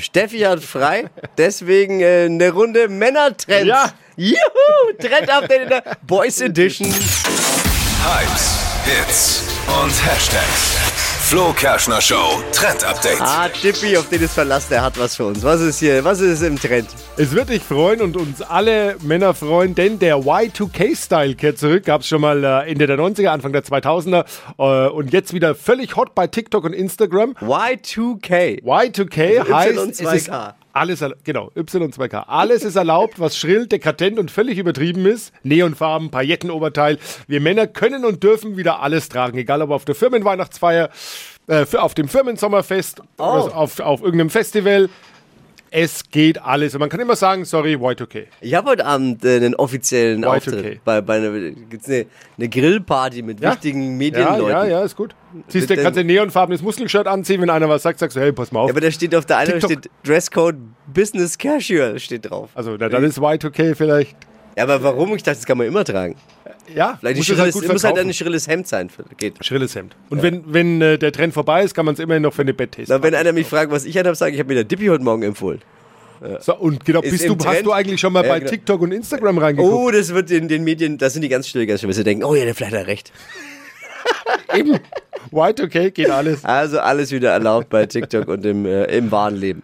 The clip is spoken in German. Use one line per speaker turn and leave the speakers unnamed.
Steffi hat frei, deswegen äh, eine Runde Männertrends.
Ja.
Juhu, Trend-Update in der äh, Boys Edition.
Hypes, Hits und Hashtags. Flo Kerschner Show Trend Update.
Ah, Chippy, auf den ist Verlass, der hat was für uns. Was ist hier, was ist im Trend?
Es wird dich freuen und uns alle Männer freuen, denn der Y2K-Style kehrt zurück. Gab es schon mal äh, Ende der 90er, Anfang der 2000er äh, und jetzt wieder völlig hot bei TikTok und Instagram.
Y2K. Also
Y2K heißt, es ist
Y2K.
alles, erla- genau, Y2K. Alles ist erlaubt, was schrill, dekadent und völlig übertrieben ist. Neonfarben, Paillettenoberteil. Wir Männer können und dürfen wieder alles tragen, egal ob auf der Firmenweihnachtsfeier, äh, für, auf dem Firmensommerfest,
Oh.
oder auf, auf irgendeinem Festival. Es geht alles. Und man kann immer sagen, sorry, Y2K.
Ich habe heute Abend äh, einen offiziellen
Y2K.
Auftritt. Bei, bei einer, gibt's eine, eine Grillparty mit
Ja?
wichtigen
Ja,
Medienleuten.
ja, ja, ist gut. Siehst du,
Denn-
kannst du ein neonfarbenes Muskelshirt anziehen, wenn einer was sagt, sagst du, hey, pass mal
Ja,
auf.
aber da steht auf der einen
TikTok.
steht Dresscode Business Casual steht drauf.
Also, na, dann ist Y2K vielleicht.
Ja, aber warum? Ich dachte, das kann man immer tragen.
Ja,
Vielleicht ein
musst du es
schrilles,
gut
muss halt
verkaufen.
ein schrilles Hemd sein. für- Geht.
Schrilles Hemd. Und wenn, wenn äh, der Trend vorbei ist, kann man es immerhin noch für eine Betttaste.
Na, wenn einer mich fragt, was ich anhabe, sage ich, ich habe mir der Dippy heute Morgen empfohlen.
So, und genau,
Ist
bist
im
du, hast
Trend.
du eigentlich schon mal
Ja,
bei
genau.
TikTok und Instagram reingeguckt?
Oh, das wird in den Medien, da sind die ganz still, ganz still, weil sie denken, oh ja, der vielleicht hat recht.
White, okay, geht alles.
Also alles wieder erlaubt bei TikTok und im, äh, im wahren Leben.